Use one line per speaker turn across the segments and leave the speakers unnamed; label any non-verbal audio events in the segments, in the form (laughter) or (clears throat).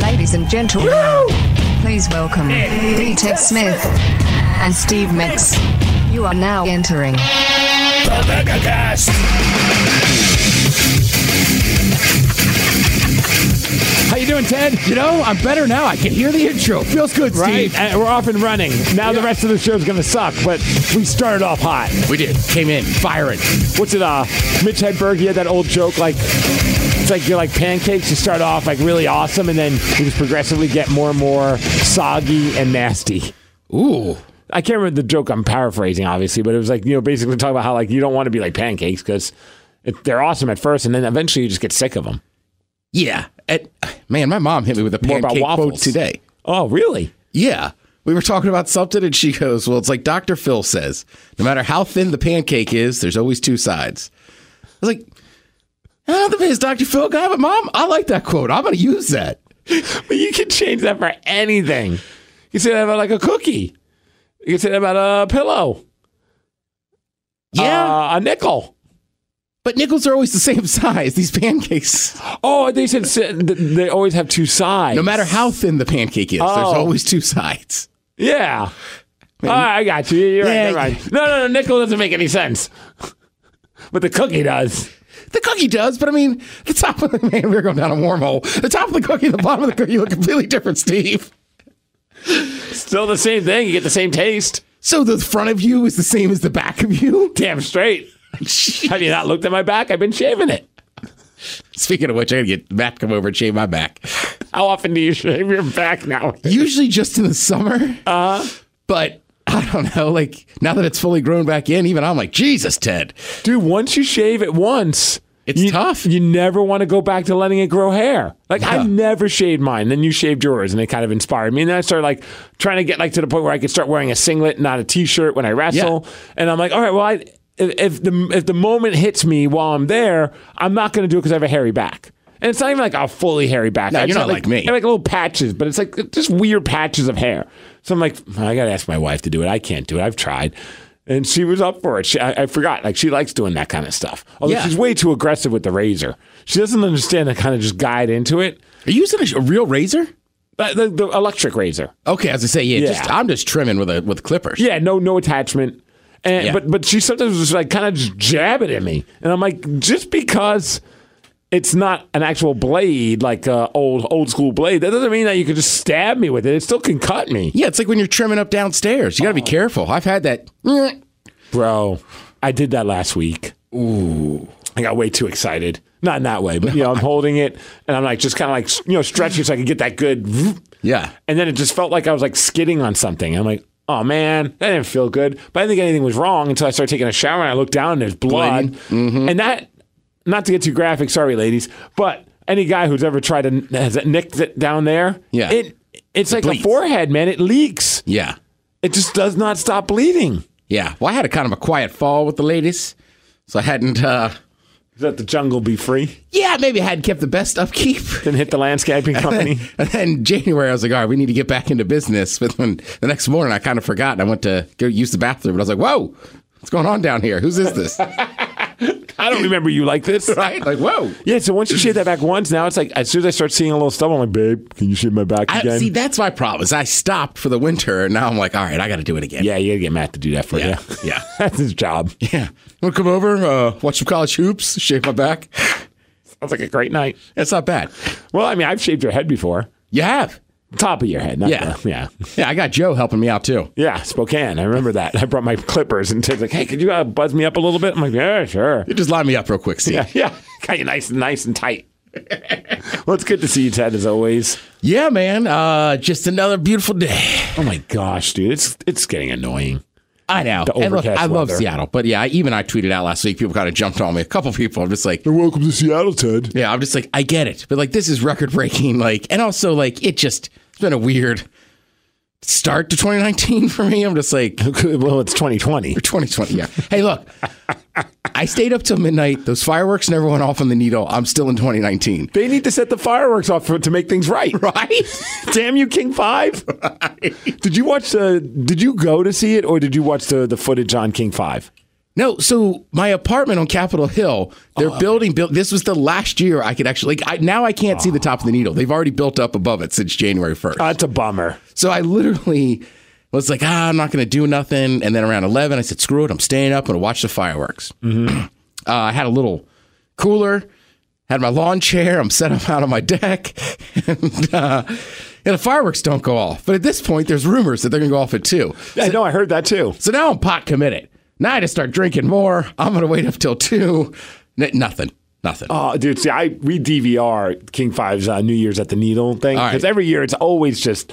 Ladies and gentlemen, please welcome D-Tech Smith and Steve Mix. You are now entering.
How you doing, Ted?
You know, I'm better now. I can hear the intro. Feels good,
Right,
Steve.
uh, we're off and running. Now the rest of the show's gonna suck, but we started off hot.
We did. Came in firing.
What's it? Uh, Mitch Hedberg. He had that old joke like. It's like you're like pancakes. You start off like really awesome, and then you just progressively get more and more soggy and nasty.
Ooh.
I can't remember the joke. I'm paraphrasing, obviously, but it was like you know basically talking about how like you don't want to be like pancakes because they're awesome at first, and then eventually you just get sick of them.
Yeah. And- man, my mom hit me with a
More
pancake
about
quote
waffles.
today.
Oh, really? (laughs)
Yeah. We were talking about something, and she goes, Well, it's like Dr. Phil says no matter how thin the pancake is, there's always two sides. I was like, I'm not the biggest Dr. Phil guy, but mom, I like that quote. I'm going to use that.
But you can change that for anything. You can say that about like a cookie. You can say that about a pillow.
Yeah.
Uh, a nickel.
but nickels are always the (laughs) same size. These pancakes,
Oh, they said s- th- they always have two sides.
no matter how thin the pancake is, there's
Oh.
always two sides.
Yeah. All right, I got you. You're
Yeah,
right. Never mind. No, no, no. Nickel doesn't make any sense. (laughs) but the cookie does.
The cookie does, but I mean, the top of the (laughs) man, we're going down a wormhole. The top of the cookie and the bottom of the cookie look completely different, Steve.
Still the same thing. You get the same taste.
So the front of you is the same as the back of you. (laughs)
Damn straight. Have you not looked at my back? I've been shaving it.
Speaking of which, I gotta get Matt to come over and shave my back.
How often do you (laughs) shave your back now?
Usually just in the summer. Uh
Uh-huh.
But I don't know. Like now that it's fully grown back in, even I'm like, Jesus, Ted.
Dude, once you shave it once,
It's
you-
tough.
You never want to go back to letting it grow hair. Like
Yeah.
I never shaved mine. Then you shaved yours, and it kind of inspired me. And then I started like trying to get like to the point where I could start wearing a singlet, not a t-shirt, when I wrestle. And I'm like, all right, well, I, if, if the if the moment hits me while I'm there, I'm not going to do it because I have a hairy back. And it's not even like a fully hairy back.
No,
I
you're
just
not
have,
like me.
I have like little patches, but it's like just weird patches of hair. So I'm like, I gotta ask my wife to do it. I can't do it. I've tried, and she was up for it. She, I, I forgot. Like she likes doing that kind of stuff. Although
Yeah.
she's way too aggressive with the razor. She doesn't understand to kind of just guide into it.
Are you using a, a real razor?
But the, the electric razor.
Okay, as I say, yeah,
Yeah.
Just, I'm just trimming with a with clippers.
Yeah, no, no attachment. And
Yeah.
but but she sometimes was like kind of just jab it at me, and I'm like, just because it's not an actual blade like uh, old old school blade, that doesn't mean that you could just stab me with it. It still can cut me,
Yeah, it's like when you're trimming up downstairs. You gotta
Oh.
be careful. I've had
(laughs)
that.
bro. I did that last week. Ooh, I got way too excited. Not in that way, but (laughs) you know, I'm holding it and I'm like just kind of like you know stretching so I can get that good.
Yeah.
And then it just felt like I was like skidding on something. I'm like, oh man, that didn't feel good. But I didn't think anything was wrong until I started taking a shower and I looked down and there's blood. And that, not to get too graphic, sorry ladies, but any guy who's ever tried to has it nicked it down there,
Yeah.
it it's like
bleeds.
a forehead, man. It leaks.
Yeah.
It just does not stop bleeding.
Yeah. Well, I had a kind of a quiet fall with the ladies. So I hadn't, uh,
Let the jungle be free.
yeah, maybe I hadn't kept the best upkeep. (laughs)
Then hit the (laughs) landscaping company.
And then January, I was like, all right, we need to get back into business. (laughs) But then the next morning, I kind of forgot. and I went to go use the bathroom. And I was like, whoa, what's going on down here? Whose is this? (laughs)
I don't remember you like this.
right? Like, whoa.
Yeah, so once you shave that back once, now it's like as soon as I start seeing a little stubble, I'm like, babe, can you shave my back
I,
again?
see, that's my problem. Is I stopped for the winter, and now I'm like, all right, I got to do it again.
Yeah, you gotta get Matt to do that for
Yeah.
you.
Yeah.
(laughs) That's his job.
yeah. Want to come over, uh, watch some college hoops, shave my back?
Sounds like a great night.
That's not bad.
Well, I mean, I've shaved your head before.
You have.
Top of your head, not
Yeah.
the- yeah.
Yeah, I got Joe helping me out too.
Yeah, Spokane. I remember that. I brought my clippers and Ted's like, hey, could you uh, buzz me up a little bit? I'm like, yeah, sure.
Just line me up real quick, Steve.
Yeah, (laughs) yeah. Got you nice and nice and (laughs) tight. well, it's good to see you, Ted, as always.
Yeah, man. Uh, just another beautiful day.
Oh my gosh, dude. It's it's getting annoying.
I know.
The
And look,
overcast
I love
weather.
Seattle, but yeah, I, even I tweeted out last week. People kind of jumped on me. A couple people. I'm just like,
Welcome to Seattle, Ted.
yeah, I'm just like, I get it, but like, this is record breaking. Like, and also like, it just it's been a weird start to 2019 for me. I'm just like
(laughs) well, it's 2020.
2020. Yeah. Hey, look, I stayed up till midnight. Those fireworks never went off on the needle. I'm still in 2019.
They need to set the fireworks off for, to make things (laughs) right.
Right?
Damn you, King Five! Did you watch the? Did you go to see it, or did you watch the the footage on King Five?
No, so my apartment on Capitol Hill, they're building. Built, this was the last year I could actually. Like, I, now I can't see the top of the needle. They've already built up above it since January first.
Oh, that's a bummer.
So I literally was like, ah, I'm not going to do nothing. And then around 11, I said, screw it. I'm staying up and watch the fireworks. (clears throat) uh, I had a little cooler, had my lawn chair. I'm set up out on my deck. (laughs) and, uh, and the fireworks don't go off. But at this point, there's rumors that they're going to go off at 2.
I know. I heard that too.
So now I'm pot committed. Now I just start drinking more. I'm going to wait up till 2. N- nothing. Nothing.
Oh, dude, see, I we DVR King Five's uh, New Year's at the Needle thing
All right.
because every year it's always just.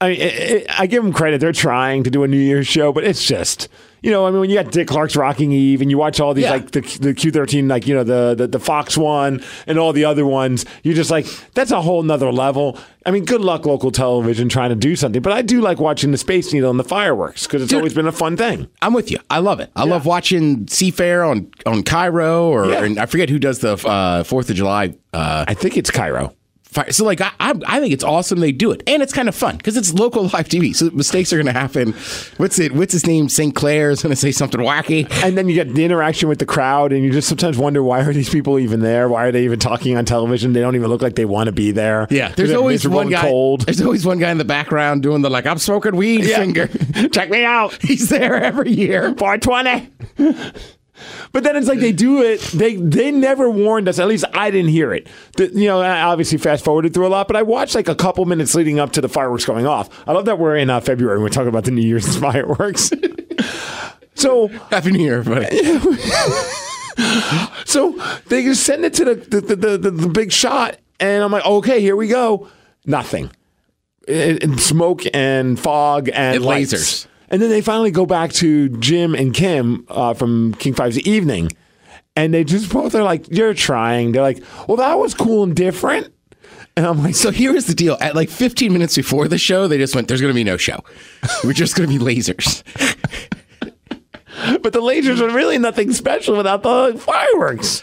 I mean, it, it, I give them credit; they're trying to do a New Year's show, but it's just you know, I mean, when you got Dick Clark's Rocking Eve and you watch all these
Yeah.
like the the Q thirteen, like you know the, the the Fox one and all the other ones, you're just like that's a whole nother level. I mean, good luck local television trying to do something, but I do like watching the Space Needle and the fireworks because it's
Dude.
always been a fun thing.
I'm with you. I love it. I love watching Seafair on, on Cairo or
Yeah.
and I forget who does the uh, 4th of July uh,
I think it's Cairo.
fire. So like I, I, I think it's awesome they do it, and it's kind of fun because it's local live TV. So mistakes are going to happen. What's it? What's his name? St. Clair is going to say something wacky.
and then you get the interaction with the crowd, and you just sometimes wonder why are these people even there? Why are they even talking on television? They don't even look like they want to be there.
there's
They're
always
miserable
one
and
guy.
cold. (laughs)
There's always one guy in the background doing the like I'm smoking weed finger.
Check me out.
(laughs) He's there every year.
420. (laughs) But then it's like they do it. They they never warned us. At least I didn't hear it. The- you know, I obviously fast forwarded through a lot, but I watched like a couple minutes leading up to the fireworks going off. I love that we're in uh, February and we're talking about the New Year's (laughs) fireworks. so
Happy New Year, everybody.
So they just send it to the the, the, the, the the big shot, and I'm like, okay, here we go. Nothing. It- it- smoke and fog and
And
lights.
lasers.
And then they finally go back to Jim and Kim uh, from King Five's Evening, and they just both are like, "You're trying." They're like, "Well, that was cool and different." And I'm like,
So here is the deal. At like 15 minutes before the show, they just went, "There's going to be no show. We're just going to be lasers." (laughs)
"But the lasers are really nothing special without the fireworks."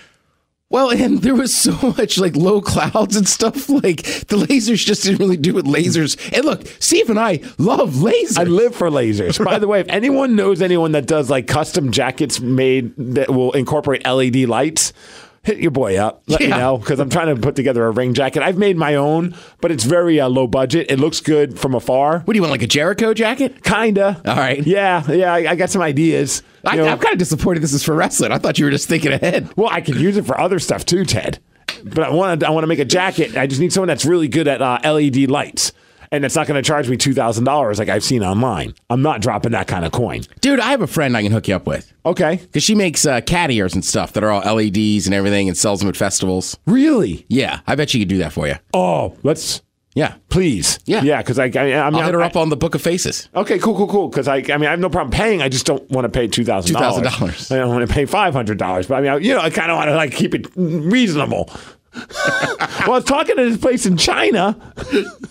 Well, and there was so much like low clouds and stuff. Like the lasers just didn't really do what lasers. And look, Steve and I love lasers.
I live for lasers. By the way, if anyone knows anyone that does like custom jackets made that will incorporate LED lights, hit your boy up. Let me
Yeah.
know because I'm trying to put together a ring jacket. I've made my own, but it's very uh, low budget. It looks good from afar,
what do you want, like a Jericho jacket?
kinda.
All right.
Yeah, yeah. I, I got some ideas.
I,
You know,
I'm kind of disappointed this is for wrestling. I thought you were just thinking ahead.
well, I could use it for other stuff too, Ted. But I want to. I want to make a jacket. I just need someone that's really good at uh, LED lights. And it's not going to charge me two thousand dollars like I've seen online. I'm not dropping that kind of coin.
Dude, I have a friend I can hook you up with
Okay,
because she makes uh, cat ears and stuff that are all LEDs and everything and sells them at festivals.
really?
Yeah, I bet she could do that for you.
Oh, let's
Yeah.
please.
Yeah.
yeah. Because I, I, I mean,
I'll hit her
I-
up on the Book of Faces.
Okay, cool, cool, cool. Because I, I mean, I have no problem paying. I just don't want to pay two thousand dollars.
$2,000.
I don't want to pay five hundred dollars. But I mean, I, you know, I kind of want to like keep it reasonable. well, I was talking to this place in China. (laughs)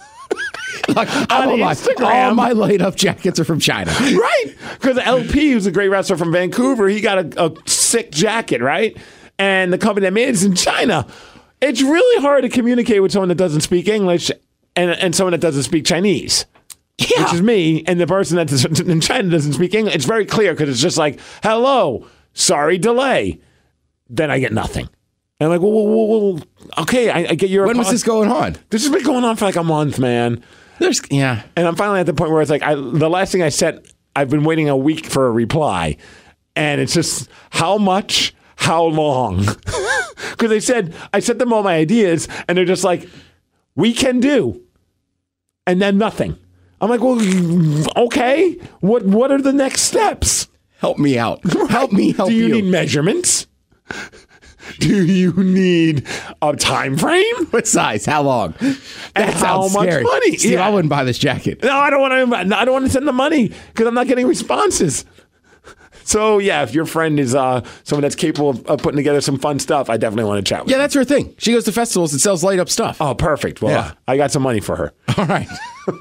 Like, all, my,
Instagram.
all my light up jackets are from China.
Right. Because LP, who's a great wrestler from Vancouver, he got a, a sick jacket, right? And the company that made it is in China. It's really hard to communicate with someone that doesn't speak English and, and someone that doesn't speak Chinese.
Yeah.
Which is me, and the person that's in China doesn't (laughs) speak English. It's very clear because it's just like, hello, sorry, delay. Then I get nothing. And I'm like, well, well, well, well, okay, I, I get your.
when was
apo-
this going on?
This has been going on for like a month, man.
There's, yeah.
And I'm finally at the point where it's like, I, the last thing I said, I've been waiting a week for a reply. And it's just, how much, how long? (laughs) Because they said, I sent them all my ideas, and they're just like, we can do. And then nothing. I'm like, well, okay. What, what are the next steps?
Help me
(laughs)
out. Help me help
Do you,
you.
need measurements? (laughs) Do you need a time frame?
(laughs) What size? How long? That
how
sounds
much
scary.
money?
Steve,
Yeah.
I wouldn't buy this jacket.
No, I don't want to. I don't want to send the money because I'm not getting responses. So yeah, if your friend is uh, someone that's capable of, of putting together some fun stuff, I definitely want to chat with.
Yeah,
you.
that's her thing. She goes to festivals and sells light up
(laughs)
stuff.
Oh, perfect. Well,
Yeah.
I got some money for her. (laughs)
All right.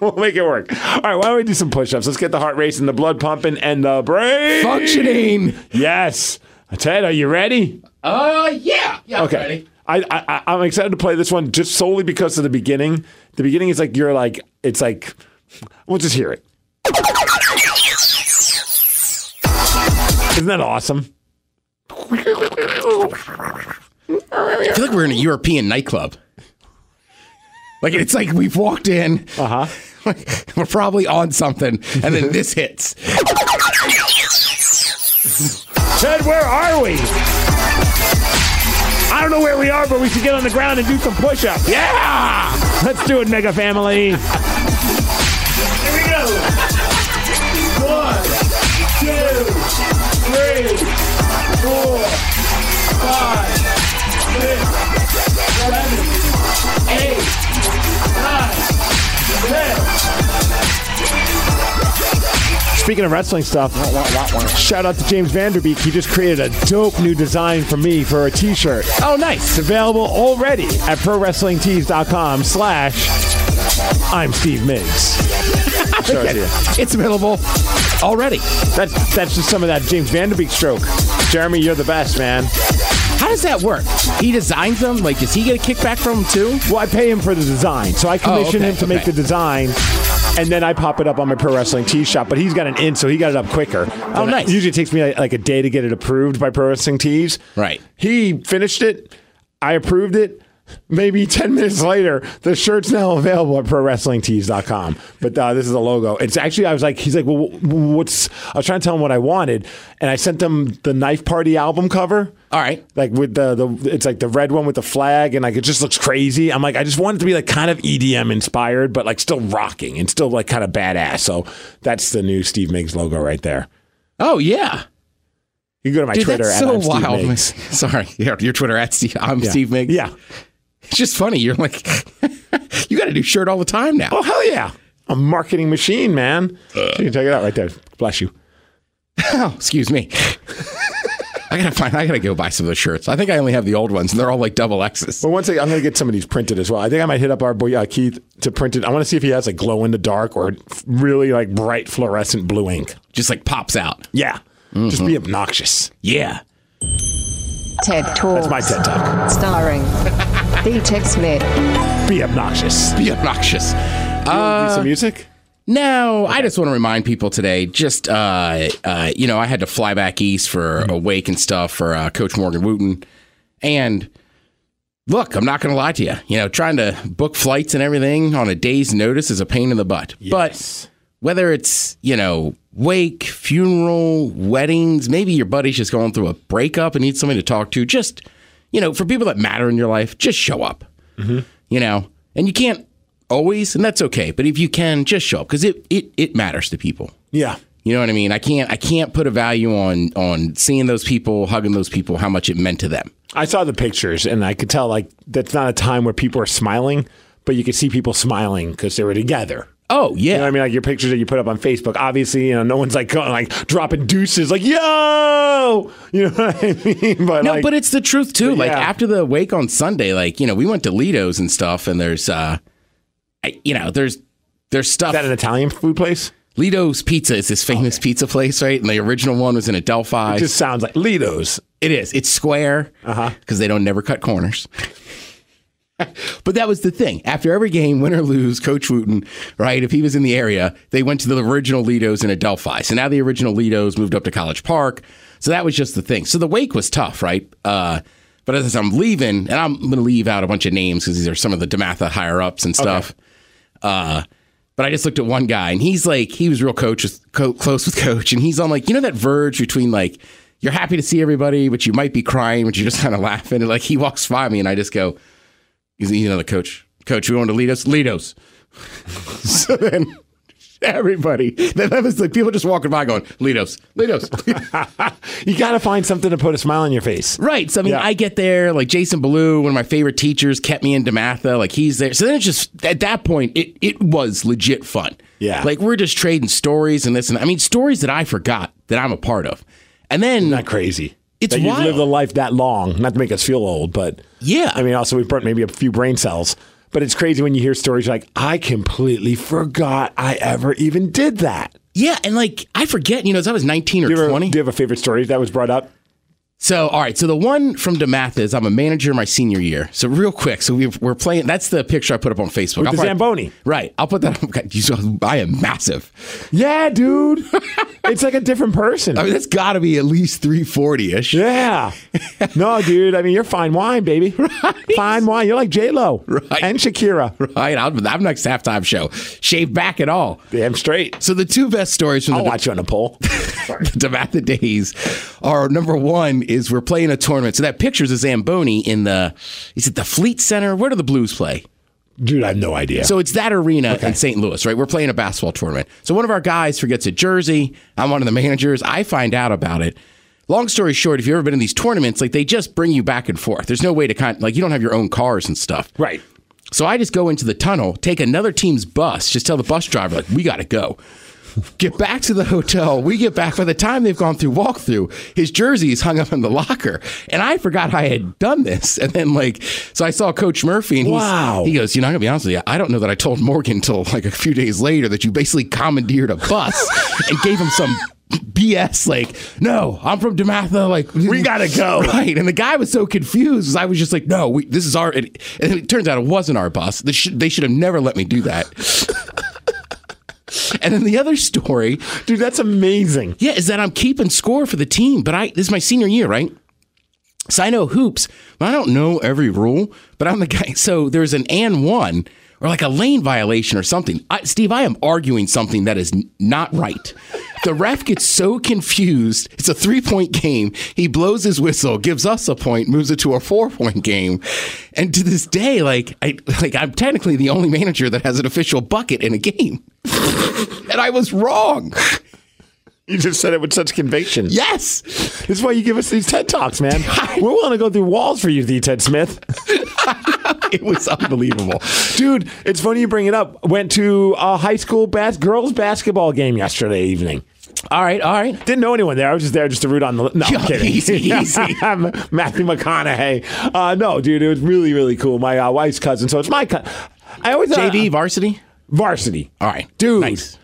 we'll make it work. All right, why don't we do some push-ups? Let's get the heart racing, the blood pumping, and the brain
Functioning.
Yes, Ted, are you ready?
Uh, yeah. Yeah,
Okay. I, I I- I'm excited to play this one just solely because of the beginning. The beginning is like you're like it's like we'll just hear it. Isn't that awesome?
I feel like we're in a European nightclub. Like it's like we've walked in.
Uh huh.
(laughs) we're probably on something, and then this hits.
Ted, where are we? I don't know where we are, but we should get on the ground and do some push ups. Yeah! Let's do it, Mega Family. Here we go. One, two, three, four, five, six, seven, eight, nine, ten. Speaking of wrestling stuff, shout out to James Vanderbeek. He just created a dope new design for me for a t-shirt.
Oh, nice.
It's available already at prowrestlingtees.com slash I'm Steve Miggs.
It's available already.
That's, that's just some of that James Vanderbeek stroke. Jeremy, you're the best, man.
How does that work? He designs them. Like, does he get a kickback from them too?
Well, I pay him for the design. So I commission
Oh, okay,
him to make
okay.
the design. And then I pop it up on my pro wrestling tee shop, but he's got an in, so he got it up quicker. Oh,
nice.
Usually it takes me like, like a day to get it approved by pro wrestling tees.
Right.
He finished it. I approved it. Maybe 10 minutes later, the shirt's now available at prowrestlingtees.com. But uh, this is the logo. It's actually, I was like, he's like, well, wh- what's, I was trying to tell him what I wanted. And I sent them the Knife Party album cover.
All right.
Like with the, the, it's like the red one with the flag and like it just looks crazy. I'm like, I just want it to be like kind of EDM inspired, but like still rocking and still like kind of badass. So that's the new Steve Miggs logo right there.
Oh yeah.
You can go to my
Dude,
Twitter
that's
at
so
I'm Steve
wild.
Miggs.
Sorry, yeah, your Twitter at Steve. I'm (laughs) Steve Miggs.
Yeah.
it's just funny. You're like, (laughs) you got a new shirt all the time now.
Oh hell yeah! A marketing machine, man. you can check it out right there. Bless you.
Oh, excuse me. I gotta find. I gotta go buy some of those shirts. I think I only have the old ones, and they're all like double X's.
But once I, I'm going to get some of these printed as well. I think I might hit up our boy uh, Keith to print it. I want to see if he has like glow in the dark or really like bright fluorescent blue ink.
Just like pops out.
Yeah, just be obnoxious.
Yeah.
TED Talks.
That's my TED talk.
Starring B Tech Smith.
Be obnoxious.
Be obnoxious. Uh,
Do some music.
No, I just want to remind people today. Just uh, uh, you know, I had to fly back east for a wake and stuff for uh, Coach Morgan Wooten, and look, I'm not going to lie to you. You know, trying to book flights and everything on a day's notice is a pain in the butt. But whether it's you know wake, funeral, weddings, maybe your buddy's just going through a breakup and needs somebody to talk to. Just you know, for people that matter in your life, just show up you know, and you can't always, and that's okay. But if you can, just show up because it, it it matters to people.
Yeah.
You know what I mean? I can't I can't put a value on on seeing those people, hugging those people, how much it meant to them.
I saw the pictures and I could tell like that's not a time where people are smiling, but you could see people smiling because they were together.
Oh
You know what I
yeah,
mean? Like your pictures that you put up on Facebook, obviously, you know, no one's like going, like dropping deuces, like, yo, (laughs) you know what I mean? (laughs) But
no,
like,
but it's the truth too. Like
yeah.
after the wake on Sunday, like you know, we went to Lido's and stuff, and there's uh, I, you know, there's there's stuff.
is that an Italian food place?
Lido's Pizza is this famous pizza place, right? And the original one was in Adelphi.
It just sounds like Lido's.
It is. It's square because they don't never cut corners. (laughs) but that was the thing. After every game, win or lose, Coach Wooten, right? If he was in the area, they went to the original Lido's in Adelphi. So now the original Lido's moved up to College Park. So that was just the thing. So the wake was tough, right? Uh, but as I'm leaving, and I'm going to leave out a bunch of names because these are some of the Dematha higher ups and stuff. Uh, but I just looked at one guy, and he's like, he was real coach, co- close with (laughs) coach, and he's on like, you know, that verge between like, you're happy to see everybody, but you might be crying, but you're just kind of laughing. And like, he walks by me, and I just go, he's, you know, the coach, coach, we want to lead us, lead us. (laughs) so then. Everybody, that that was like people just walking by going, Litos, (laughs) Litos.
You got to find something to put a smile on your face.
Right. So I mean,
Yeah.
I get there. Like Jason Ballou, one of my favorite teachers, kept me in Dematha. Like he's there. So then it's just at that point, it it was legit fun.
Yeah.
Like we're just trading stories and this and I mean stories that I forgot that I'm a part of, and then
Not crazy.
It's
that you've
wild.
lived a life that long, not to make us feel old, but
Yeah.
I mean, also we've burnt maybe a few brain cells, but it's crazy when you hear stories like, I completely forgot I ever even did that.
yeah, and like I forget. You know, as I was 19 or
Do you, ever,
20.
do you have a favorite story that was brought up?
So, all right. So the one from DeMath is I'm a manager my senior year. So real quick. So we we're playing. That's the picture I put up on Facebook. I'll
the
probably-
Zamboni.
Right. I'll put that. Up. (laughs) God, you saw, I am massive. (laughs)
Yeah, dude. it's like a different person.
I mean, that's got to be at least 340 ish. (laughs)
yeah. No, dude. I mean, you're fine wine, baby. Fine wine. You're like J Lo
Right.
and Shakira.
(laughs) Right. I'm, I'm next halftime show. Shaved back at all.
Damn straight.
So the two best stories from
I'll
the
watch you on
(laughs)
a poll.
the Matha days are number one is we're playing a tournament. So that picture's a Zamboni in the is it the Fleet Center? Where do the Blues play?
Dude, I have no idea.
So it's that arena in St. Louis, right? We're playing a basketball tournament. So one of our guys forgets a jersey. I'm one of the managers. I find out about it. Long story short, if you've ever been in these tournaments, like they just bring you back and forth. There's no way to kind like you don't have your own cars and stuff.
right.
So I just go into the tunnel, take another team's bus, just tell the bus driver, like, we got to go. Get back to the hotel. We get back. By the time they've gone through walkthrough, his jersey is hung up in the locker. And I forgot I had done this. And then, like, so I saw Coach Murphy and he's,
Wow.
he goes, You know, I'm going to be honest with you. I don't know that I told Morgan until like a few days later that you basically commandeered a
(laughs)
bus and gave him some BS. Like, no, I'm from Damatha. Like, (laughs)
We gotta go.
Right. And the guy was so confused. 'cause I was just like, no, we, this is our. And it turns out it wasn't our bus. They should, they should have never let me do that. and then the other story,
Dude, that's amazing.
yeah, is that I'm keeping score for the team. But I, this is my senior year, right? So I know hoops, but I don't know every rule. But I'm the guy. (laughs) So there's an and one or like a lane violation or something. I, Steve, I am arguing something that is n- not right. The ref gets so confused. It's a three point game. He blows his whistle, gives us a point, moves it to a four point game. And to this day, like I like I'm technically the only manager that has an official bucket in a game. (laughs) and I was wrong.
You just said it with such conviction.
Yes.
This is why you give us these TED
(laughs)
Talks, man. We're willing to go through walls for you, D. Ted Smith.
(laughs) it was unbelievable.
Dude, it's funny you bring it up. Went to a high school bas- girls basketball game yesterday evening.
All right, all right.
Didn't know anyone there. I was just there just to root on the. No,
Yeah,
I'm
(laughs)
kidding. (laughs)
easy, easy.
I'm Matthew McConaughey. Uh, no, dude, it was really, really cool. My uh, wife's cousin. So it's my cousin. I always uh,
JV varsity.
varsity.
All right,
Dude,
Nice.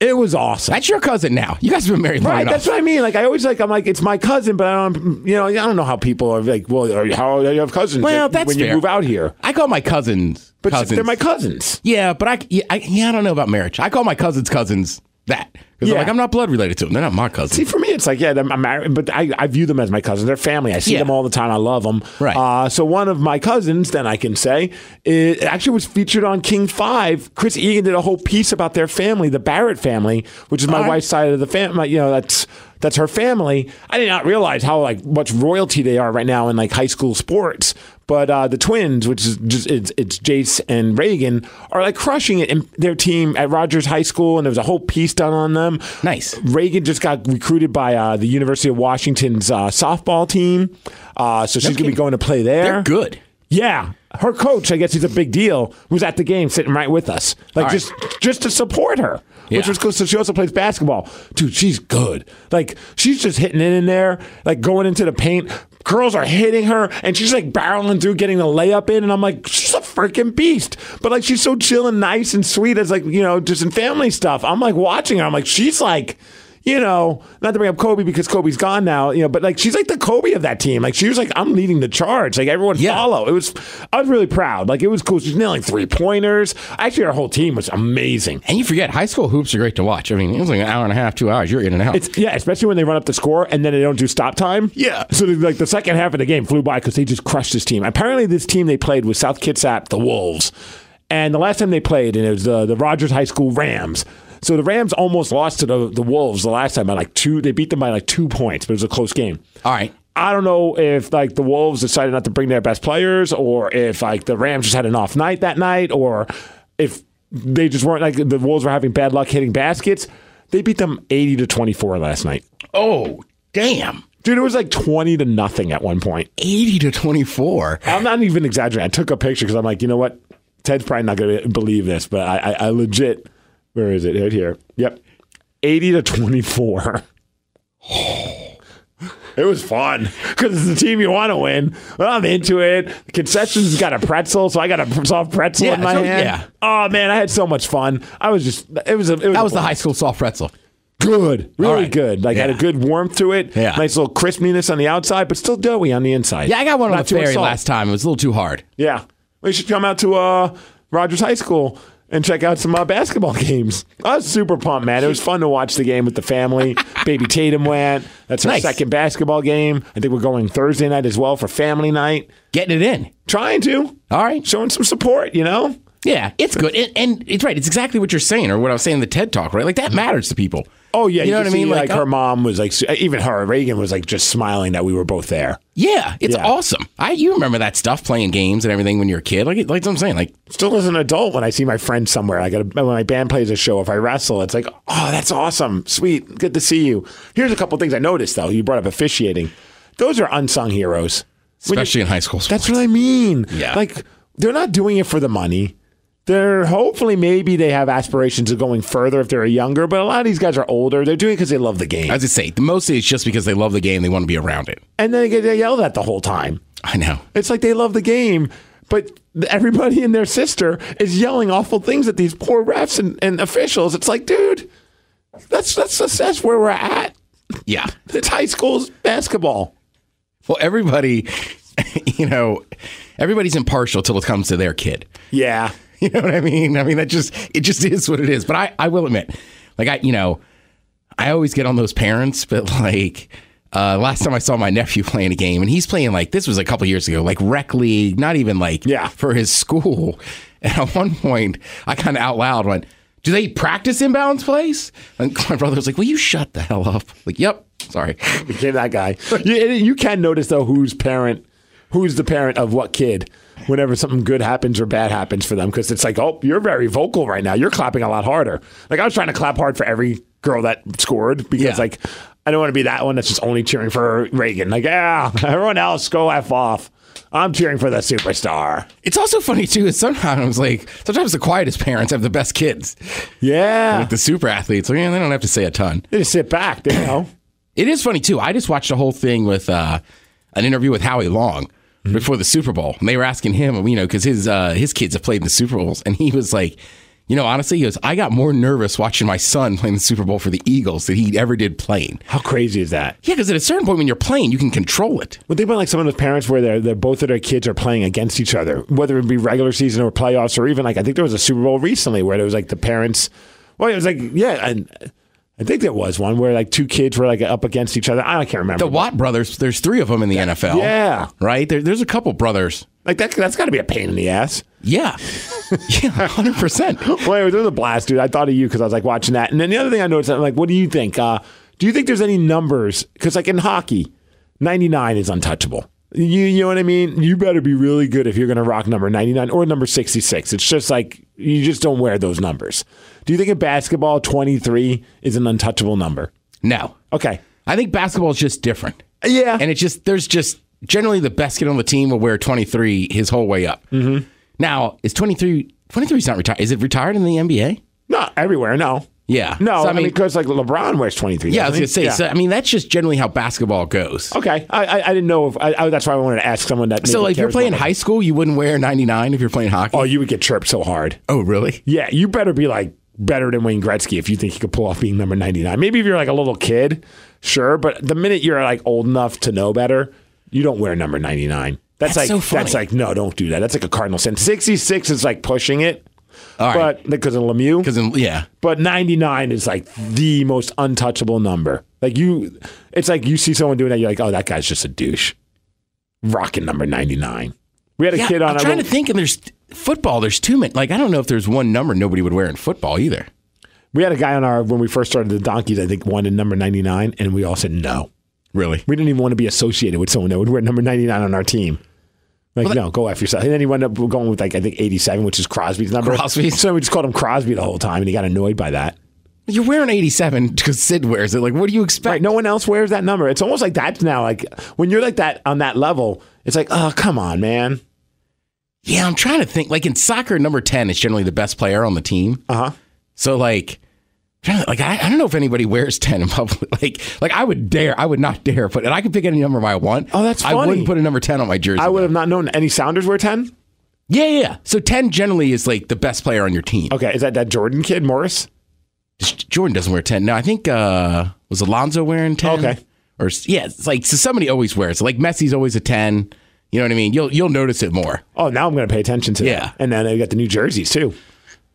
it was awesome.
That's your cousin now. You guys have been married long
Right,
enough.
that's what I mean. Like I always like I'm like it's my cousin, but I don't you know I don't know how people are like. Well, are you- how do you have cousins?
Well,
if-
that's
when you
fair.
move out here,
I call my cousins
but
cousins.
they're my cousins.
yeah, but I yeah, I yeah I don't know about marriage. I call my cousins cousins that because
Yeah.
like I'm not blood related to them. They're not my
See,
cousins.
for me, it's like yeah, I'm I'm married, but I, I view them as my cousins. They're family. I see
Yeah.
them all the time. I love them.
Right.
Uh, so one of my cousins, then I can say, it actually was featured on King Five. Chris Egan did a whole piece about their family, the Barrett family, which is my
All right.
wife's side of the family. You know, that's that's her family. I did not realize how like much royalty they are right now in like high school sports. But uh, the twins, which is just it's, it's Jace and Reagan, are like crushing it in their team at Rogers High School, and there was a whole piece done on them.
Nice.
Reagan just got recruited by uh, the University of Washington's uh, softball team, uh, so she's going to be
kidding.
going to play there.
They're good.
Yeah, her coach, I guess he's a big deal, was at the game sitting right with us, like
All right.
just just to support her, which
Yeah.
was cool. So she also plays basketball, dude. She's good. Like she's just hitting it in there, like going into the paint. Girls are hitting her, and she's like barreling through, getting the layup in, and I'm like, she's a freaking beast. But like she's so chill and nice and sweet as like you know just in family stuff. I'm like watching her. I'm like she's like. You know, not to bring up Kobe because Kobe's gone now, you know, but like she's like the Kobe of that team. Like she was like, I'm leading the charge. Like everyone
Yeah.
follow follow. It was I was really proud. Like it was cool. She's nailing three pointers. Actually, our whole team was amazing.
And you forget high school hoops are great to watch. I mean, it was like an hour and a half, two hours. You're in and out.
It's yeah, especially when they run up the score and then they don't do stop time.
Yeah.
So they- like the second half of the game flew by because they just crushed this team. Apparently, this team they played was South Kitsap, the Wolves, and the last time they played, and it was the the Rogers High School Rams. So the Rams almost lost to the, the Wolves the last time by like two. They beat them by like two points, but it was a close game.
All right.
I don't know if like the Wolves decided not to bring their best players, or if like the Rams just had an off night that night, or if they just weren't like the Wolves were having bad luck hitting baskets. They beat them eighty to twenty four last night,
Oh, damn.
dude. It was like twenty to nothing at one point.
80 to 24.
I'm not even exaggerating. I took a picture because I'm like, you know what? Ted's probably not going to believe this, but I, I, I legit. Where is it? Right here. Yep, eighty to twenty four. (sighs) It was fun because it's the team you want to win. Well, I'm into it. Concessions has got a pretzel, so I got a soft pretzel
Yeah,
in my
so-
hand.
yeah.
Oh man, I had so much fun. I was just it was a, it was
That
a
was the
blast.
high school soft pretzel.
good,
All
really
right.
good. Like had a
Yeah.
good warmth to it.
Yeah.
Nice little crispiness on the outside, but still doughy on the inside.
Yeah, I got one on
Not
the
too much
ferry
salt.
last time. It was a little too hard.
Yeah. We should come out to uh, Rogers High School and check out some uh, basketball (laughs) games. I was super pumped, man. It was fun to watch the game with the (laughs) family. Baby Tatum went. That's our
Nice.
second basketball game. I think we're going Thursday night as well for family night.
Getting it in.
Trying to.
All right.
Showing some support, you know?
Yeah, it's good, and, and it's right. It's exactly what you're saying, or what I was saying in the TED Talk, right? Like that matters to people.
Oh, yeah.
you know what
could
I mean.
see, Like,
oh,
her mom was like, even her, Reagan was like just smiling that we were both there.
yeah, it's
Yeah.
awesome. I you remember that stuff, playing games and everything when you're a kid. Like, like that's what I'm saying, like
Still as an adult, when I see my friend somewhere, I got when my band plays a show. If I wrestle, it's like, oh, that's awesome, sweet, good to see you. Here's a couple things I noticed though. You brought up officiating; those are unsung heroes. When you-
especially in high school.
that's what I mean.
Yeah.
Like they're not doing it for the money. They're hopefully maybe they have aspirations of going further if they're younger, but a lot of these guys are older. They're doing it because they love the game,
as I say, the most it's just because they love the game, they want to be around it.
and then they get yelled at the whole time.
I know.
It's like they love the game, but everybody and their sister is yelling awful things at these poor refs and, and officials. It's like, dude, that's that's that's, that's where we're at.
Yeah.
It's high school's basketball.
Well, everybody, (laughs) you know, everybody's impartial till it comes to their kid.
Yeah.
(laughs) You know what I mean? I mean that just it just is what it is. But I I will admit, like I you know, I always get on those parents, but (laughs) like uh, last time I saw my nephew (laughs) playing a game, and he's playing like this was a couple years ago, like rec league, not even like
Yeah.
for his school. (laughs) And at one point, I kind of out loud went, "Do they practice inbounds plays?" And (laughs) my brother was like, "Will you shut the hell up?" (laughs) Like, "Yep, sorry."
(laughs) Became that guy. You, you can notice though who's parent, who's the parent of what kid. Whenever something good happens or bad happens for them, because it's like, oh, you're very vocal right now. You're clapping a lot harder. Like I was trying to clap hard for every girl that scored because
Yeah.
like I don't want to be that one that's just only cheering for Reagan. Like ah, everyone else go f off. I'm cheering for the superstar.
It's also funny too. Is sometimes like sometimes the quietest parents have the best kids.
Yeah,
Like the super athletes, like, yeah, they don't have to say a ton.
they just sit back. They know.
It is funny too. I just watched a whole thing with uh, an interview with Howie Long before the Super Bowl, and they were asking him, you know, because his uh, his kids have played in the Super Bowls, and he was like, you know, honestly, he goes, I got more nervous watching my son playing the Super Bowl for the Eagles than he ever did playing.
How crazy is that?
Yeah, because at a certain point when you're playing, you can control it.
Would they want like some of those parents where they're, they're both of their kids are playing against each other, whether it be regular season or playoffs, or even like I think there was a Super Bowl recently where there was like the parents. Well, it was like yeah, and I think there was one where like two kids were like up against each other. I can't remember.
The Watt brothers, there's three of them in the NFL.
yeah,
right. There, there's a couple brothers.
like that. That's got to be a pain in the ass.
Yeah, (laughs) yeah, hundred percent.
Well, it was a blast, dude. I thought of you because I was like watching that. And then the other thing I noticed, I'm like, what do you think? Uh, do you think there's any numbers? Because like in hockey, 99 is untouchable. You, you know what I mean? You better be really good if you're going to rock number 99 or number 66. It's just like you just don't wear those numbers. Do you think in basketball, 23 is an untouchable number?
No,
Okay.
I think basketball is just different.
Yeah.
and it's just there's just generally the best kid on the team will wear 23 his whole way up. Mm-hmm. Now is 23 23 is not retired. Is it retired in the NBA?
not everywhere. No.
Yeah.
No.
So, I
I mean,
mean-
because like LeBron wears 23.
Yeah, I was
doesn't he?
gonna say. So
Yeah.
I mean, that's just generally how basketball goes.
okay. I, I I didn't know if I, I, that's why I wanted to ask someone that.
So
maybe
like, if you're
cares
playing
more.
high school, you wouldn't wear 99 if you're playing hockey.
Oh, you would get chirped so hard.
oh really?
Yeah, you better be like better than Wayne Gretzky if you think you could pull off being number 99. Maybe if you're like a little kid, sure, but the minute you're like old enough to know better, you don't wear number 99. That's,
That's
like
so funny.
that's like no, don't do that. That's like a cardinal sin. 66 is like pushing it.
All right.
But because of Lemieux,
Because yeah,
but 99 is like the most untouchable number. Like you it's like you see someone doing that you're like, "Oh, that guy's just a douche." Rocking number 99. We had a
yeah.
kid on
I'm
our
trying
little-
to think, and there's football. There's too many. Like I don't know if there's one number nobody would wear in football either.
We had a guy on our when we first started the Donkeys. I think wanted number ninety nine, and we all said no.
Really?
We didn't even want to be associated with someone that would wear number ninety nine on our team. Like no, go after yourself. And then he wound up going with like I think eighty seven, which is Crosby's number.
Crosby.
So we just called him Crosby the whole time, and he got annoyed by that.
You're wearing 87 because Sid wears it. Like, what do you expect?
Right? No one else wears that number. It's almost like that's now like when you're like that on that level. It's like oh come on man.
Yeah, I'm trying to think. Like in soccer, number ten is generally the best player on the team.
Uh huh.
So like, trying to- like I, I don't know if anybody wears (laughs) ten in public. Like like I would dare, I would not dare put, and I can pick any number I want.
Oh, that's
I
funny.
wouldn't put a number ten on my jersey.
I would have not known any Sounders wear ten.
Yeah, yeah. yeah. So ten generally is like the best player on your team.
Okay, is that that Jordan kid Morris?
Jordan doesn't wear 10. No, I think, uh, was Alonzo wearing 10?
Okay.
Or, s- yeah, it's like, so somebody always wears it. Like Messi's always a 10. You know what I mean? You'll, you'll notice it more.
Oh, now I'm going to pay attention to
Yeah.
that. And then they got the new jerseys too.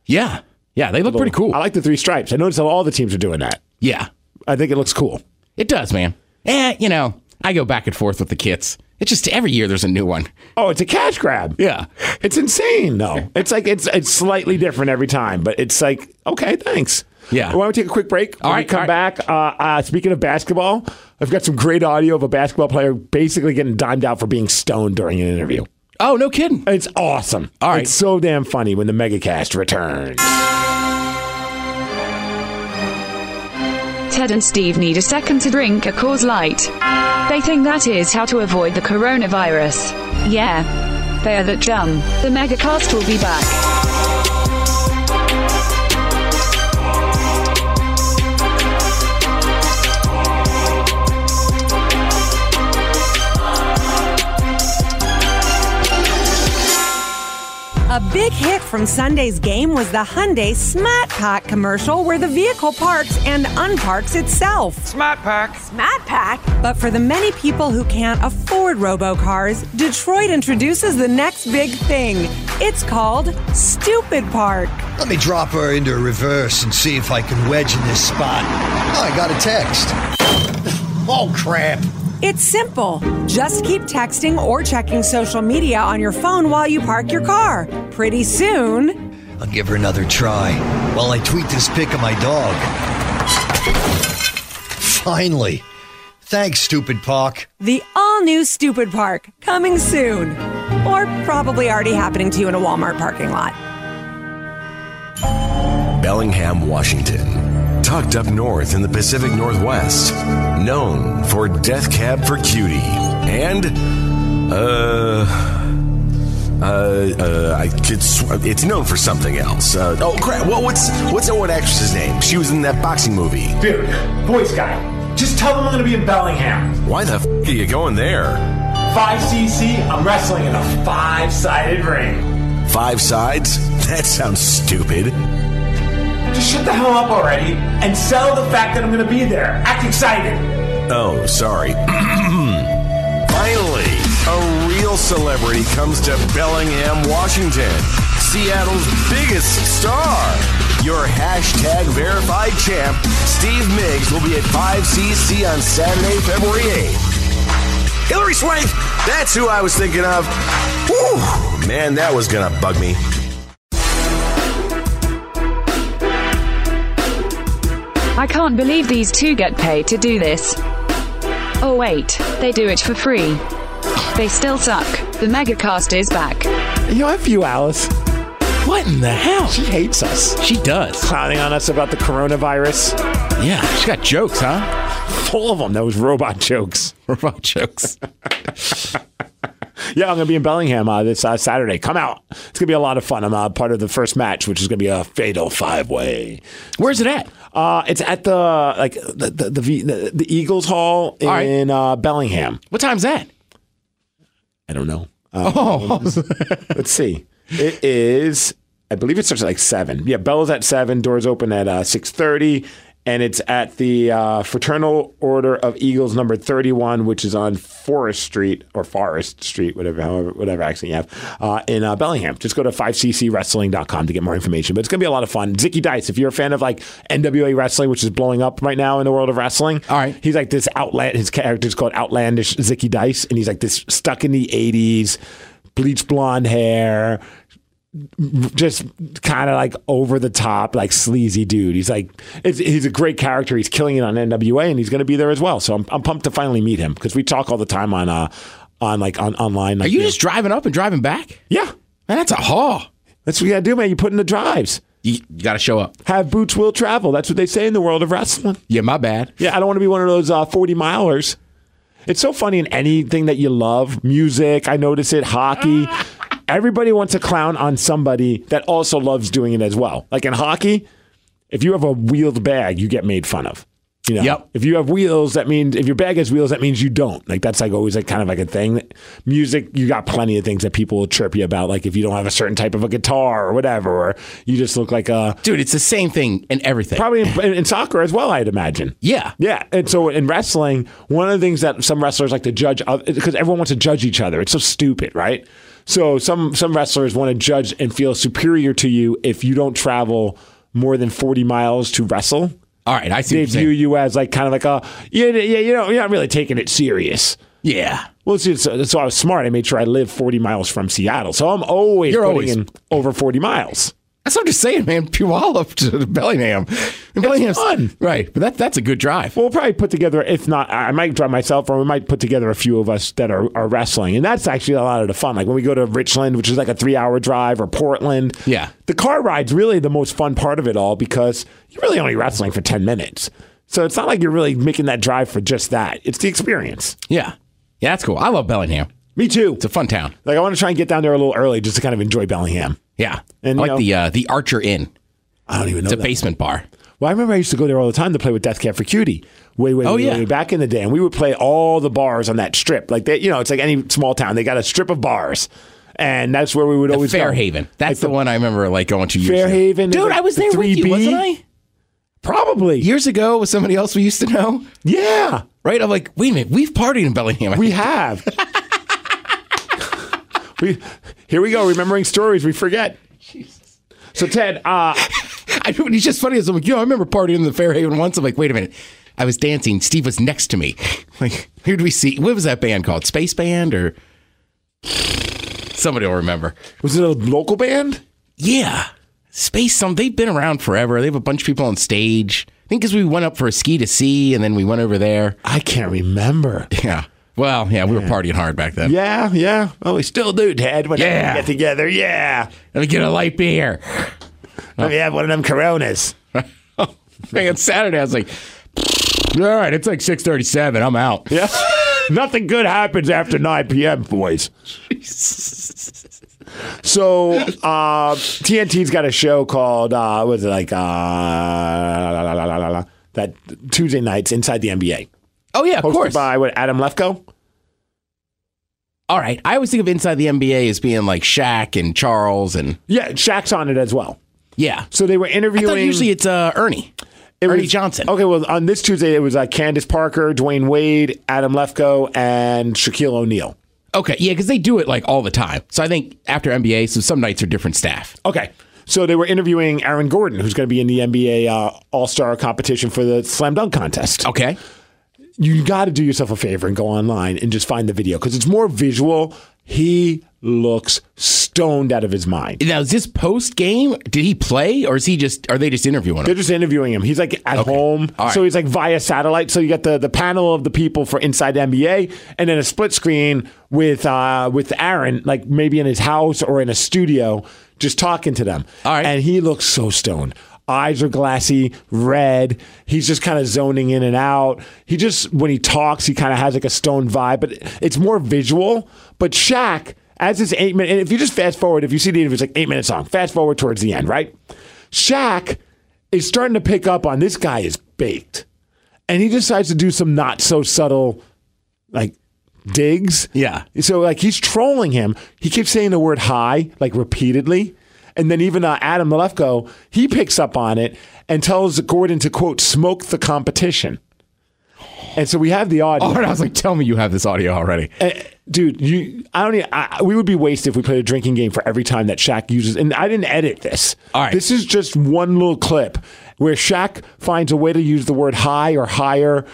Yeah. Yeah. They look pretty cool.
I like the three stripes. I noticed how all the teams are doing that.
yeah.
I think it looks cool.
It does, man. Eh, you know, I go back and forth with the kits. It's just every year there's a new one.
Oh, it's a cash grab.
Yeah.
It's insane though. It's like it's it's slightly different every time, but it's like okay, thanks.
Yeah.
Why don't we take a quick break?
All
When
right,
we
all
come
right.
back. Uh, uh, speaking of basketball, I've got some great audio of a basketball player basically getting dimed out for being stoned during an interview.
Oh, no kidding.
It's awesome.
All right.
It's so damn funny when the megacast returns.
Ted and Steve need a second to drink a Coors Light. They think that is how to avoid the coronavirus. Yeah. They are that dumb. The Megacast will be back.
A big hit from Sunday's game was the Hyundai Smart Pack commercial where the vehicle parks and unparks itself.
Smart Pack.
Smart Pack? But for the many people who can't afford robocars, Detroit introduces the next big thing. It's called Stupid Park.
Let me drop her into reverse and see if I can wedge in this spot. Oh, I got a text. Oh, crap.
It's simple. Just keep texting or checking social media on your phone while you park your car. Pretty soon,
I'll give her another try while I tweet this pic of my dog. Finally. Thanks, stupid Park.
The all new Stupid Park, coming soon. Or probably already happening to you in a Walmart parking lot.
Bellingham, Washington. Tucked up north in the Pacific Northwest. Known for Death Cab for Cutie. And, uh, uh, uh, I could sw- it's known for something else. Uh, oh, crap. Well, what's, what's that one actress's name? She was in that boxing movie.
Dude, Boy Scout, just tell them I'm gonna be in Bellingham.
Why the f are you going there?
5cc, I'm wrestling in a five sided ring.
Five sides? (laughs) That sounds stupid.
Just shut the hell up already and sell the fact that I'm gonna be there. Act excited.
Oh, sorry. (clears throat) Finally, a real celebrity comes to Bellingham, Washington, Seattle's biggest star. Your hashtag verified champ, Steve Miggs, will be at 5cc on Saturday, February 8th. Hillary Swank, that's who I was thinking of. Whew, man, that was gonna bug me.
I can't believe these two get paid to do this. Oh wait, they do it for free. They still suck. The Megacast is back.
You know, I view Alice.
What in the hell?
She hates us.
She does.
Clowning on us about the coronavirus.
Yeah. She got jokes, huh? (laughs)
Full of them. Those robot jokes.
Robot jokes.
Yeah, I'm going to be in Bellingham uh, this uh, Saturday. Come out. It's going to be a lot of fun. I'm uh, part of the first match, which is going to be a fatal five way.
Where's it at?
Uh, it's at the like the the the, V- the, the Eagles Hall in
All right.
uh, Bellingham.
What time's that?
I don't know. Uh,
Oh.
(laughs) let's see. It is. I believe it starts at like seven. Yeah, bells at seven. Doors open at uh, six thirty, and it's at the uh, Fraternal Order of Eagles number thirty-one, which is on Forest Street or Forest Street, whatever, however, whatever accent you have, uh, in uh, Bellingham. Just go to 5ccwrestling.com to get more information. But it's gonna be a lot of fun. Zicky Dice, if you're a fan of like NWA wrestling, which is blowing up right now in the world of wrestling,
All right.
he's like this outland. His character's called Outlandish Zicky Dice, and he's like this stuck in the '80s, bleach blonde hair, just kind of like over the top, like sleazy dude. He's like, it's, he's a great character. He's killing it on NWA, and he's going to be there as well. So I'm, I'm pumped to finally meet him because we talk all the time on uh on like on online.
Are
Like,
you just driving up and driving back?
yeah?
Man, that's a haul.
That's what you got to do, man. You put in the drives.
You, you got to show up.
Have boots will travel. That's what they say in the world of wrestling.
Yeah, my bad.
Yeah, I don't want to be one of those uh, 40 milers. It's so funny in anything that you love music, I notice it, hockey. Everybody wants a clown on somebody that also loves doing it as well. Like in hockey, if you have a wheeled bag, you get made fun of. You know,
Yep.
if you have wheels, that means if your bag has wheels, that means you don't. Like that's like always like kind of like a thing. That, music, you got plenty of things that people will chirp you about. Like if you don't have a certain type of a guitar or whatever, or you just look like a
Dude, it's the same thing in everything.
probably in, in, in soccer as well. I'd imagine.
Yeah.
Yeah, and so in wrestling, one of the things that some wrestlers like to judge because everyone wants to judge each other. It's so stupid, right? So some some wrestlers want to judge and feel superior to you if you don't travel more than forty miles to wrestle.
All right, I see. What
They
you're
view
saying.
you as like kind of like a yeah yeah you know you're not really taking it serious.
Yeah.
Well, see, so, so I was smart. I made sure I live forty miles from Seattle, so I'm always
You're
putting
always-
in over forty miles.
That's what I'm just saying, man. Puyallup to Bellingham. And Bellingham's
fun.
Right. But that, that's a good drive.
We'll probably put together, if not, I I might drive myself, or we might put together a few of us that are, are wrestling. And that's actually a lot of the fun. Like when we go to Richland, which is like a three hour drive, or Portland.
Yeah.
The car ride's really the most fun part of it all because you're really only wrestling for 10 minutes. So it's not like you're really making that drive for just that, it's the experience.
Yeah. Yeah, that's cool. I love Bellingham.
Me too.
It's a fun town.
Like I want to try and get down there a little early just to kind of enjoy Bellingham.
Yeah.
And,
I like
you know-
the uh, the Archer Inn.
I don't even know.
It's a
that.
basement bar.
Well, I remember I used to go there all the time to play with Death Cab for Cutie. Way, way,
Oh,
way,
yeah.
way back in the day, and we would play all the bars on that strip. Like that, you know, it's like any small town. They got a strip of bars, and that's where we would always go.
Fairhaven. That's the, one I remember like going to years ago.
Fairhaven is
Dude,
like
I was
the
there with you,
3B?
wasn't I?
Probably,
Years ago with somebody else we used to know.
yeah,
Right? I'm like, wait a minute, we've partied in Bellingham.
we have. we here we go, remembering stories we forget. So Ted, uh,
(laughs) I know, and it's just funny. as I'm like, yo, I remember partying in the Fairhaven once. I'm like, wait a minute. I was dancing. Steve was next to me. Like, who do we see? What was that band called? Space Band or (sighs) somebody will remember.
was it a local band?
Yeah. Space Some. They've been around forever. They have a bunch of people on stage. I think because we went up for a ski to see and then we went over there.
I can't remember.
Yeah. Well, yeah, we were partying hard back then.
Yeah, yeah. Well, we still do, Ted. Whenever
Yeah.
we get together, yeah.
Let me get a light beer. (laughs)
Let me have one of them Coronas.
Man, Saturday, I was like, all right, it's like 637. I'm out.
Yeah.
(laughs)
Nothing good happens after 9 p.m., boys. So uh, TNT's got a show called uh, what was it like uh, la, la, la, la, la, la, that Tuesday nights inside the NBA,
Oh, yeah, of
hosted
course.
by what Adam Lefko.
All right. I always think of inside the NBA as being like Shaq and Charles and
Yeah, Shaq's on it as well.
yeah.
So they were
I
interviewing.
thought usually it's uh, Ernie.
It
Ernie
was-
Johnson.
Okay, well, on this Tuesday it was uh, Candace Parker, Dwayne Wade, Adam Lefko, and Shaquille O'Neal.
Okay. Yeah, because they do it like all the time. So I think after NBA, so some nights are different staff.
Okay. So they were interviewing Aaron Gordon, who's going to be in the NBA uh, All Star competition for the slam dunk contest.
Okay.
You got to do yourself a favor and go online and just find the video because it's more visual. He looks stoned out of his mind.
Now, is this post game? Did he play or is he just, are they just interviewing
They're
him?
just interviewing him. He's like at
Okay.
home.
All right.
So he's like via satellite. So you got the, the panel of the people for Inside the NBA and then a split screen with uh, with Aaron, like maybe in his house or in a studio, just talking to them.
All right.
And he looks so stoned. Eyes are glassy, red. He's just kind of zoning in and out. He just, when he talks, he kind of has like a stoned vibe, but it's more visual. But Shaq, as his eight minute, and if you just fast forward, if you see the interview, it's like eight minute song, fast forward towards the end, right? Shaq is starting to pick up on this guy is baked. And he decides to do some not so subtle, like, digs.
Yeah.
So like he's trolling him. He keeps saying the word "hi" like repeatedly, and then even uh, Adam Malefko he picks up on it and tells Gordon to quote smoke the competition. And so we have the audio.
All right. (laughs) I was like, tell me you have this audio already.
Eh, Dude, you, I don't. Even, I, we would be wasted if we played a drinking game for every time that Shaq uses. And I didn't edit this.
All right.
this is just one little clip where Shaq finds a way to use the word high or higher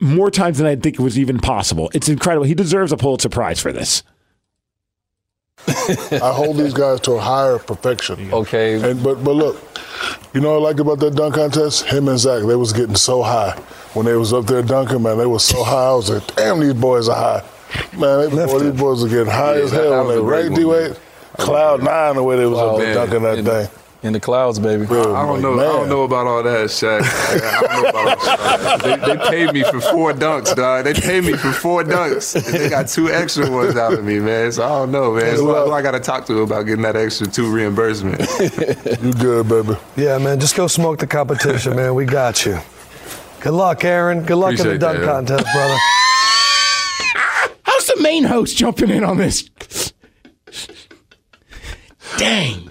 more times than I think it was even possible. It's incredible. He deserves a Pulitzer Prize for this.
I hold these guys to a higher perfection.
Okay.
And but but look, you know what I like about that dunk contest? Him and Zach, they was getting so high. When they was up there dunking, man, they was so high. I was like, damn, these boys are high. Man, they, boy, these boys are getting high
Yeah,
as
that- that
hell.
was
When
a
they
great
ranked
one,
D
man.
Wade, cloud nine the way they was up there
man,
dunking that
in,
thing.
in the clouds, baby.
Bro,
I don't know. I
man.
don't know about all that, Shaq. I don't know about all that. They, they paid me for four dunks, dog. They paid me for four dunks. And they got two extra ones out of me, man. So I don't know, man. So I, I got to talk to him about getting that extra two reimbursement.
You good, baby.
(laughs)
Yeah, man, just go smoke the competition, man. We got you. Good luck, Aaron. Good luck in
Appreciate
the dunk
that, Aaron.
contest, brother.
How's the main host jumping in on this? Dang.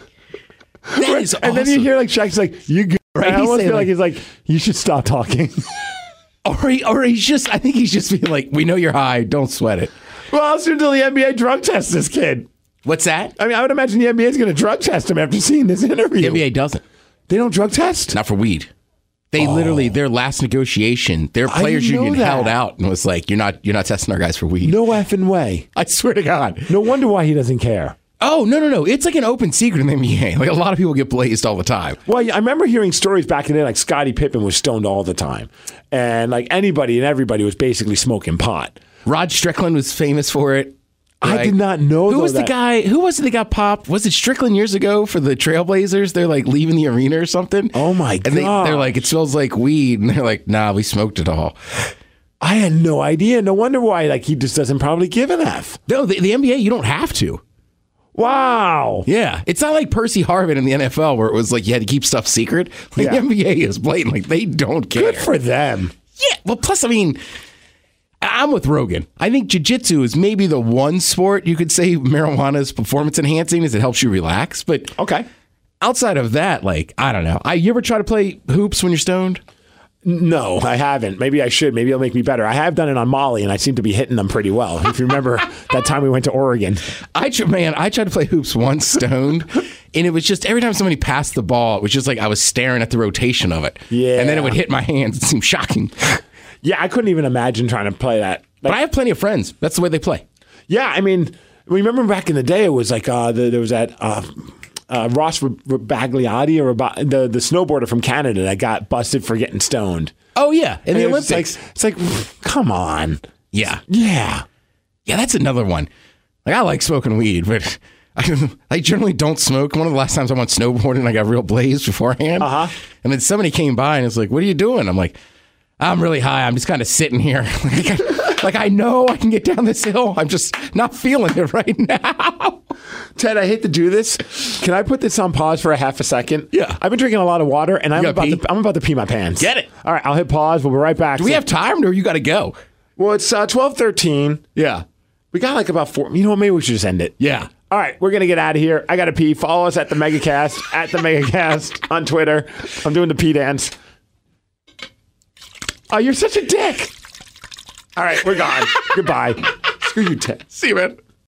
and then you hear like Shaq's like, you good.
Right,
And I
he's
almost
saying,
feel like
like-
he's like, you should stop talking.
Or, he, or he's just, I think he's just being like, we know you're high. Don't sweat it.
(laughs) Well, how soon till the NBA drug test this kid?
What's that?
I mean, I would imagine the NBA is going to drug test him after seeing this interview.
The NBA doesn't.
They don't drug test?
Not for weed. They literally, their last negotiation, their
I
players
didn't know
union
that.
held out and was like, "You're not, you're not testing our guys for weed."
No effing way.
I swear to God.
No wonder why he doesn't care.
Oh no, no, no! It's like an open secret in the NBA. Like a (laughs) lot of people get blazed all the time.
Well, yeah, I remember hearing stories back in the day, like Scottie Pippen was stoned all the time, and like anybody and everybody was basically smoking pot.
Rod Strickland was famous for it.
I did not know.
Who
though,
was the
that-
guy? Who was it that got popped? Was it Strickland years ago for the Trailblazers? They're like leaving the arena or something. Oh
my
And they, they're like, "It smells like weed," and they're like, "Nah, we smoked it all."
I had no idea. No wonder why. Like he just doesn't probably give an f.
No, the, the NBA, you don't have to.
Wow.
Yeah, it's not like Percy Harvin in the NFL where it was like you had to keep stuff secret. Like,
Yeah.
The NBA is blatant; like they don't care.
Good for them.
Yeah. Well, plus, I mean, I- I'm with Rogan. I think jujitsu is maybe the one sport you could say marijuana is performance enhancing, as it helps you relax. But
okay,
outside of that, like I don't know. I you ever try to play hoops when you're stoned?
No, I haven't. Maybe I should. Maybe it'll make me better. I have done it on Molly, and I seem to be hitting them pretty well. If you remember (laughs) that time we went to Oregon,
I tr- man, I tried to play hoops once
(laughs)
stoned, and it was just every time somebody passed the ball, it was just like I was staring at the rotation of it.
Yeah.
and then it would hit my hands. It seemed shocking.
yeah, I couldn't even imagine trying to play that.
but I have plenty of friends. That's the way they play.
Yeah, I mean, remember back in the day, it was like uh, the, there was that uh, uh, Ross R- R- Bagliotti or Rab- the the snowboarder from Canada that got busted for getting stoned
Oh yeah, in the
it was just
Olympics.
Like, it's like, come on,
Yeah.
yeah.
Yeah, that's another one. Like I like smoking weed, but (laughs) I, I generally don't smoke. One of the last times I went snowboarding, I got real blazed beforehand. Uh-huh. And then somebody came by and was like, "What are you doing?" I'm like, "I'm really high. I'm just kind of sitting here. (laughs) like, I, like I know I can get down this hill. I'm just not feeling it (laughs) right now."
Ted, I hate to do this. Can I put this on pause for a half a second?
Yeah.
I've been drinking a lot of water, and I'm
gotta
about
pee?
to I'm about to pee my pants.
Get it.
All right, I'll hit pause. We'll be right back.
Do we have time, or you got to go?
Well, it's uh, twelve thirteen.
Yeah,
We got like about four. You know what? Maybe we should just end it.
yeah.
All right, we're gonna get out of here. I gotta pee. Follow us at the MegaCast at the (laughs) MegaCast on Twitter. I'm doing the pee dance. Oh, (laughs) you're such a dick. All right, we're gone. Goodbye. Screw you, Ted.
See you, man.